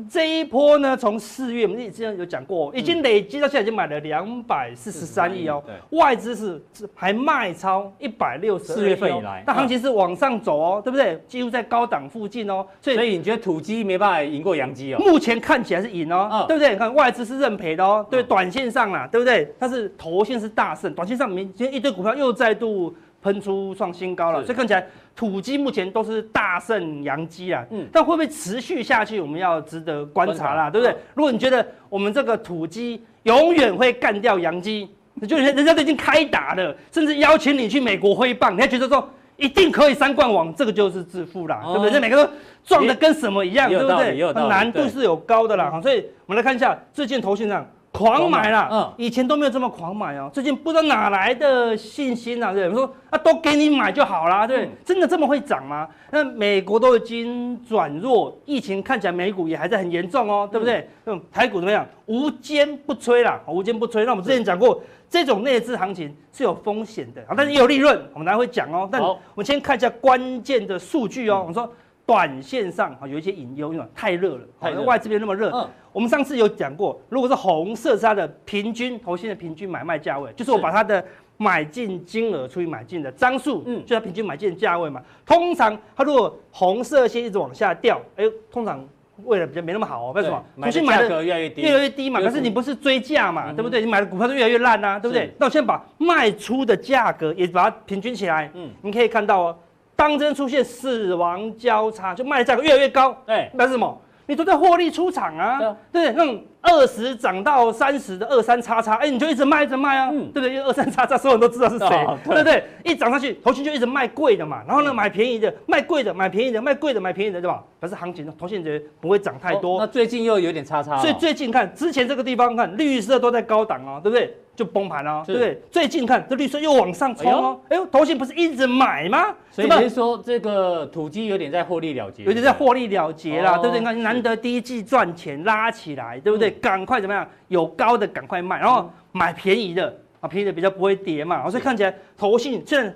这一波呢，从四月我们之前有讲过，已经累积到现在已经买了两百四十三亿哦
嗯，
外资是是还卖超一百六十。哦
四月份以来
那行情是往上走哦，对不对？几乎在高档附近哦，所
所
以。
以你觉得土鸡没办法赢过洋鸡哦？
目前看起来是赢哦
嗯，
对不对？你看外资是认赔的哦，对，
嗯
短线上啦，对不对？但是头线是大胜，短线上明今天一堆股票又再度喷出创新高了，
是
所以看起来土鸡目前都是大胜阳鸡啊。
嗯
嗯，但会不会持续下去，我们要值得观察啦，
观察
对不对
嗯？
如果你觉得我们这个土鸡永远会干掉阳鸡，你就人人家都已经开打了，甚至邀请你去美国挥棒，你还觉得说？一定可以三冠王，这个就是致富啦，
哦
对不对？这每个都撞的跟什么一样，
也有
对不
道理
对？
也有道理
难
对
度是有高的啦，好，所以我们来看一下最近投信上狂买啦，
嗯
嗯，以前都没有这么狂买哦，最近不知道哪来的信心啊，对，说啊都给你买就好啦，
嗯
对，真的这么会涨吗？那美国都已经转弱，疫情看起来美股也还在很严重哦，对不对？嗯，台股怎么样？无坚不摧啦，好无坚不摧。那我们之前讲过，这种内资行情是有风险的，好，但是也有利润，我们等一下会讲哦。但
好
我们先看一下关键的数据哦，我们说。短线上啊有一些隐忧，因为太热了，
太热
好外资变那么热，
嗯
我们上次有讲过，如果是红色是它的平均头线的平均买卖价位，就是我
是
把它的买进金额除以买进的张数，
嗯
嗯，就它平均买进的价位嘛。通常它如果红色线一直往下掉，哎、通常为了比较没那么好哦，为什么？
买
出
的
去
价格越来越低，
越来越低嘛，
越来
可
越
是你不是追价嘛，
嗯
对不对？你买的股票就越来越烂啊，对不对
是？
那我先把卖出的价格也把它平均起来，
嗯
嗯，你可以看到哦，当真出现死亡交叉，就卖的价格越来越高，
对，
那是什么？你都在获利出场啊，
对啊
对那种二十涨到三十的二三叉叉，哎，你就一直卖一直卖啊，
嗯
对不对？因为二三叉叉所有人都知道是谁，
哦对嗯
对不对？一涨上去，投信就一直卖贵的嘛，然后呢，买便宜的，卖贵的，买便宜的，卖贵的，买便宜的，对吧？可是行情投信觉得不会涨太多，
哦那最近又有点哦差差了，
所以最近看之前这个地方看绿色都在高档哦，对不对？就崩盘了、哦，
是
对不对？最近看这绿色又往上冲哦，哎呦，投信不是一直买吗？
所以
怎么
你是说这个土鸡有点在获利了结，
有点在获利了结
哦
啦，
嗯
对不对？你看难得第一季赚钱拉起来，对不对？赶快怎么样？有高的赶快卖，然后买便宜的啊，便宜的比较不会跌嘛。哦所以看起来投信虽然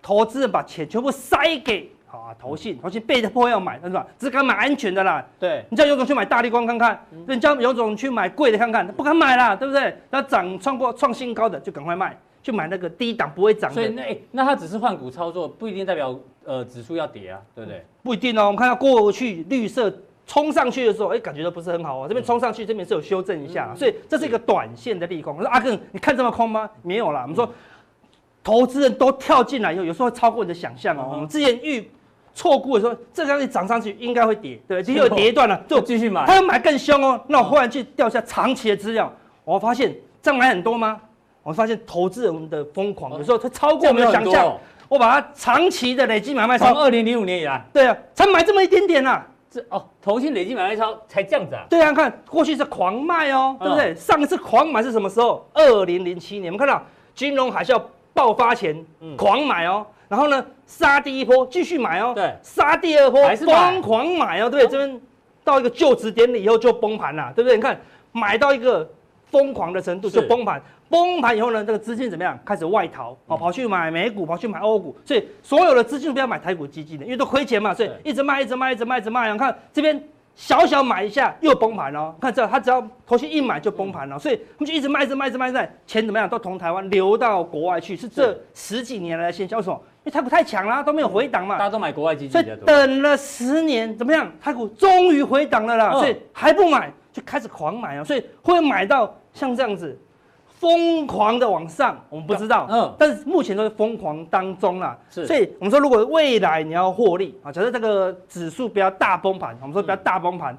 投资人把钱全部塞给啊投
嗯
信，投信被迫要买，是吧？只敢买安全的啦，
对，
你叫有种去买大力光看看，
嗯
人家有种去买贵的看看，不敢买啦，对不对？那涨创过创新高的就赶快卖，去买那个低档不会涨
所以
的，
那哎那它只是换股操作，不一定代表呃指数要跌啊，对不对？
不一定哦。我们看到过去绿色冲上去的时候，哎，感觉都不是很好哦。这
嗯
边冲上去，这边是有修正一下，所以这是一个短线的利空。我说阿更，你看这么空吗？没有啦，我们说投资人都跳进来以后，有时候会超过你的想象
嗯
哦。
哼
我们之前预。错估的时候，这个东西涨上去应该会跌，对，的确有跌一段了，就
哦就继续买，
他要买更凶哦。那我忽然去调一下长期的资料，我发现这样买很多吗？我发现投资人的疯狂
哦
有时候它超过我们的想
这样没有很
象
多哦。哦
我把它长期的累积买卖
从
超，
二零零五年以来，
对啊，才买这么一点点啊。
这哦投信累计买卖超才这样子啊，
对啊，看过去是狂卖哦，
嗯
对不对？上一次狂买是什么时候？二零零七年，我们看到金融海啸爆发前
嗯
狂买哦，然后呢杀第一波继续买哦，
对
杀第二波
还是买嗯
疯狂买哦，对不对，这边到一个就职典礼以后就崩盘了，对不对？你看买到一个疯狂的程度
是
就崩盘，崩盘以后呢，这个资金怎么样？开始外逃哦，跑去买美股，跑去买欧股，所以所有的资金都不要买台股基金的，因为都亏钱嘛，所以
对
一直卖，一直卖，一直卖，一直卖。你看这边小小买一下又崩盘了，看这它只要头绪一买就崩盘了，所以他们就一直卖，一直卖，一直卖，一直卖，钱怎么样都从台湾流到国外去，是这十几年来的现象。为什么？因为台股太强啦，都没有回档嘛
大。家都买国外基金
所以
比较多，
等了十年，怎么样？台股终于回档了啦，
嗯
所以还不买，就开始狂买啊，所以会买到像这样子，疯狂的往上，我们不知道，
嗯
嗯，但是目前都是疯狂当中啦，
是
所以我们说，如果未来你要获利啊，假设这个指数不要大崩盘，我们说不要大崩
嗯
盘。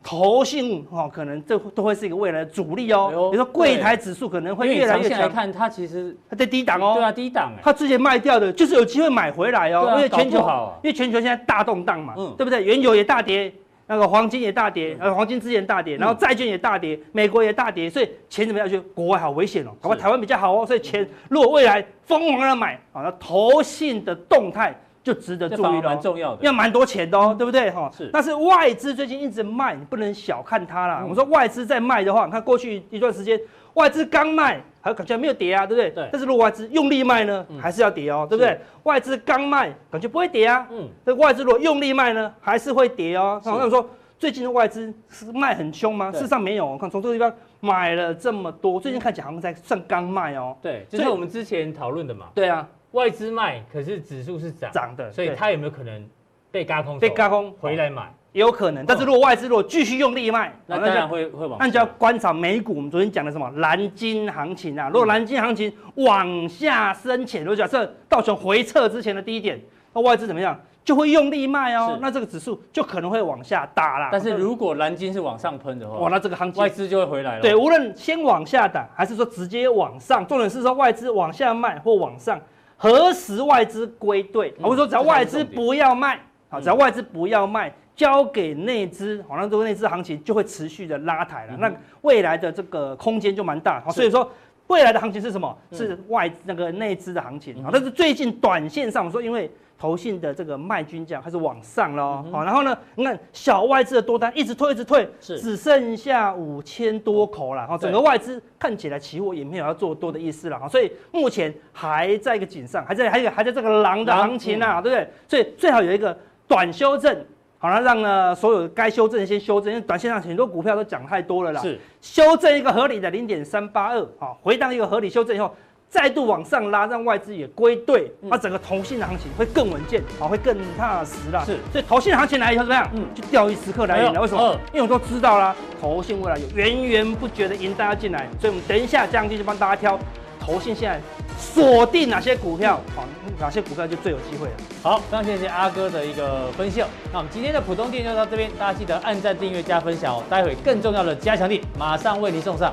投信哦，可能这都会是一个未来的主力哦
哎呦。
你说柜台指数可能会
因为
越
你
来
长
越
线来
强，
看，它其实
它在低档哦。
对啊低档哎，
他之前卖掉的，就是有机会买回来哦，
对啊
因为全
搞
球
不好啊
因为全球现在大动荡嘛，
嗯
对不对？原油也大跌，那个黄金也大跌，呃，黄金之前大跌，
嗯
然后债券也大跌，美国也大跌，所以钱怎么样去国外好危险哦，搞不好
是
台湾比较好哦，所以钱如果未来疯狂的买啊，那投信的动态就值得
这
注
反
意
而
了
蛮
哦。
重要的，嗯
要蛮多钱的哦，对不对哈？
是
但是外资最近一直卖，你不能小看它啦。
嗯
我们说外资在卖的话，你看过去一段时间，外资刚卖，还感觉没有跌啊，对不对？
对嗯
但是如果外资用力卖呢，还是要跌哦，对不对？外资刚卖，感觉不会跌啊。
嗯，
这外资如果用力卖呢，还是会跌哦。
是
那我说最近的外资是卖很凶吗？
对
事实上没有，我看从这个地方买了这么多，最近看起来好像在算刚卖哦。
对，就
所
是
以
我们之前讨论的嘛，
对啊，
外资卖，可是指数是涨，
涨的，
所以
对
它有没有可能被嘎空手？
被嘎空
回来买，
也有可能。但是如果外资如果继续用力卖，
那
好
当然会会往下。
那你就要观察美股，我们昨天讲的什么蓝金行情
嗯
啊？如果蓝金行情往下深潜，如果假设道琼回撤之前的低点，那外资怎么样？就会用力卖哦
是，
那这个指数就可能会往下打啦。
但是如果蓝金是往上喷的话，
哇，那这个行情
外资就会回来了。
对，，无论先往下打，还是说直接往上，重点是说外资往下卖或往上，何时外资归队？
嗯
我、者说只要
这才是
外资
重点
不要卖，啊，
嗯
只要外资不要卖，交给内资，好像这个内资行情就会持续的拉抬
嗯
了。那未来的这个空间就蛮大，好，所以说。未来的行情是什么？
嗯
是外那个内资的行情啊，好但是最近短线上，我说因为投信的这个卖均价开始往上了
嗯
哦，好，然后呢，你看小外资的多单一直退，一直退，
是哦
只剩下五千多口了，哈，
对
整个外资看起来期货也没有要做多的意思了，哈，所以目前还在一个井上，还在还有还在这个狼的
狼
行情啊，对不对？所以最好有一个短修正，好了，让呢所有该修正先修正，因为短线上很多股票都讲太多了啦，
是
修正一个合理的零点三八二，好，回档一个合理修正以后，再度往上拉，让外资也归队，
嗯
那、整个投信的行情会更稳健，哦好，会更踏实啦。
是
所以投信行情来以后怎么样？
嗯
嗯，就钓鱼时刻来临
哎呦
了。为什么？
嗯
因为我们都知道啦，投信未来有源源不绝的赢大家进来，所以我们等一下将军就帮大家挑投信现在锁定哪些股票，好，哪些股票就最有机会了。
好，非常谢谢阿哥的一个分析哦。那我们今天的普通店就到这边，大家记得按赞、订阅、加分享哦。待会更重要的加强力马上为您送上。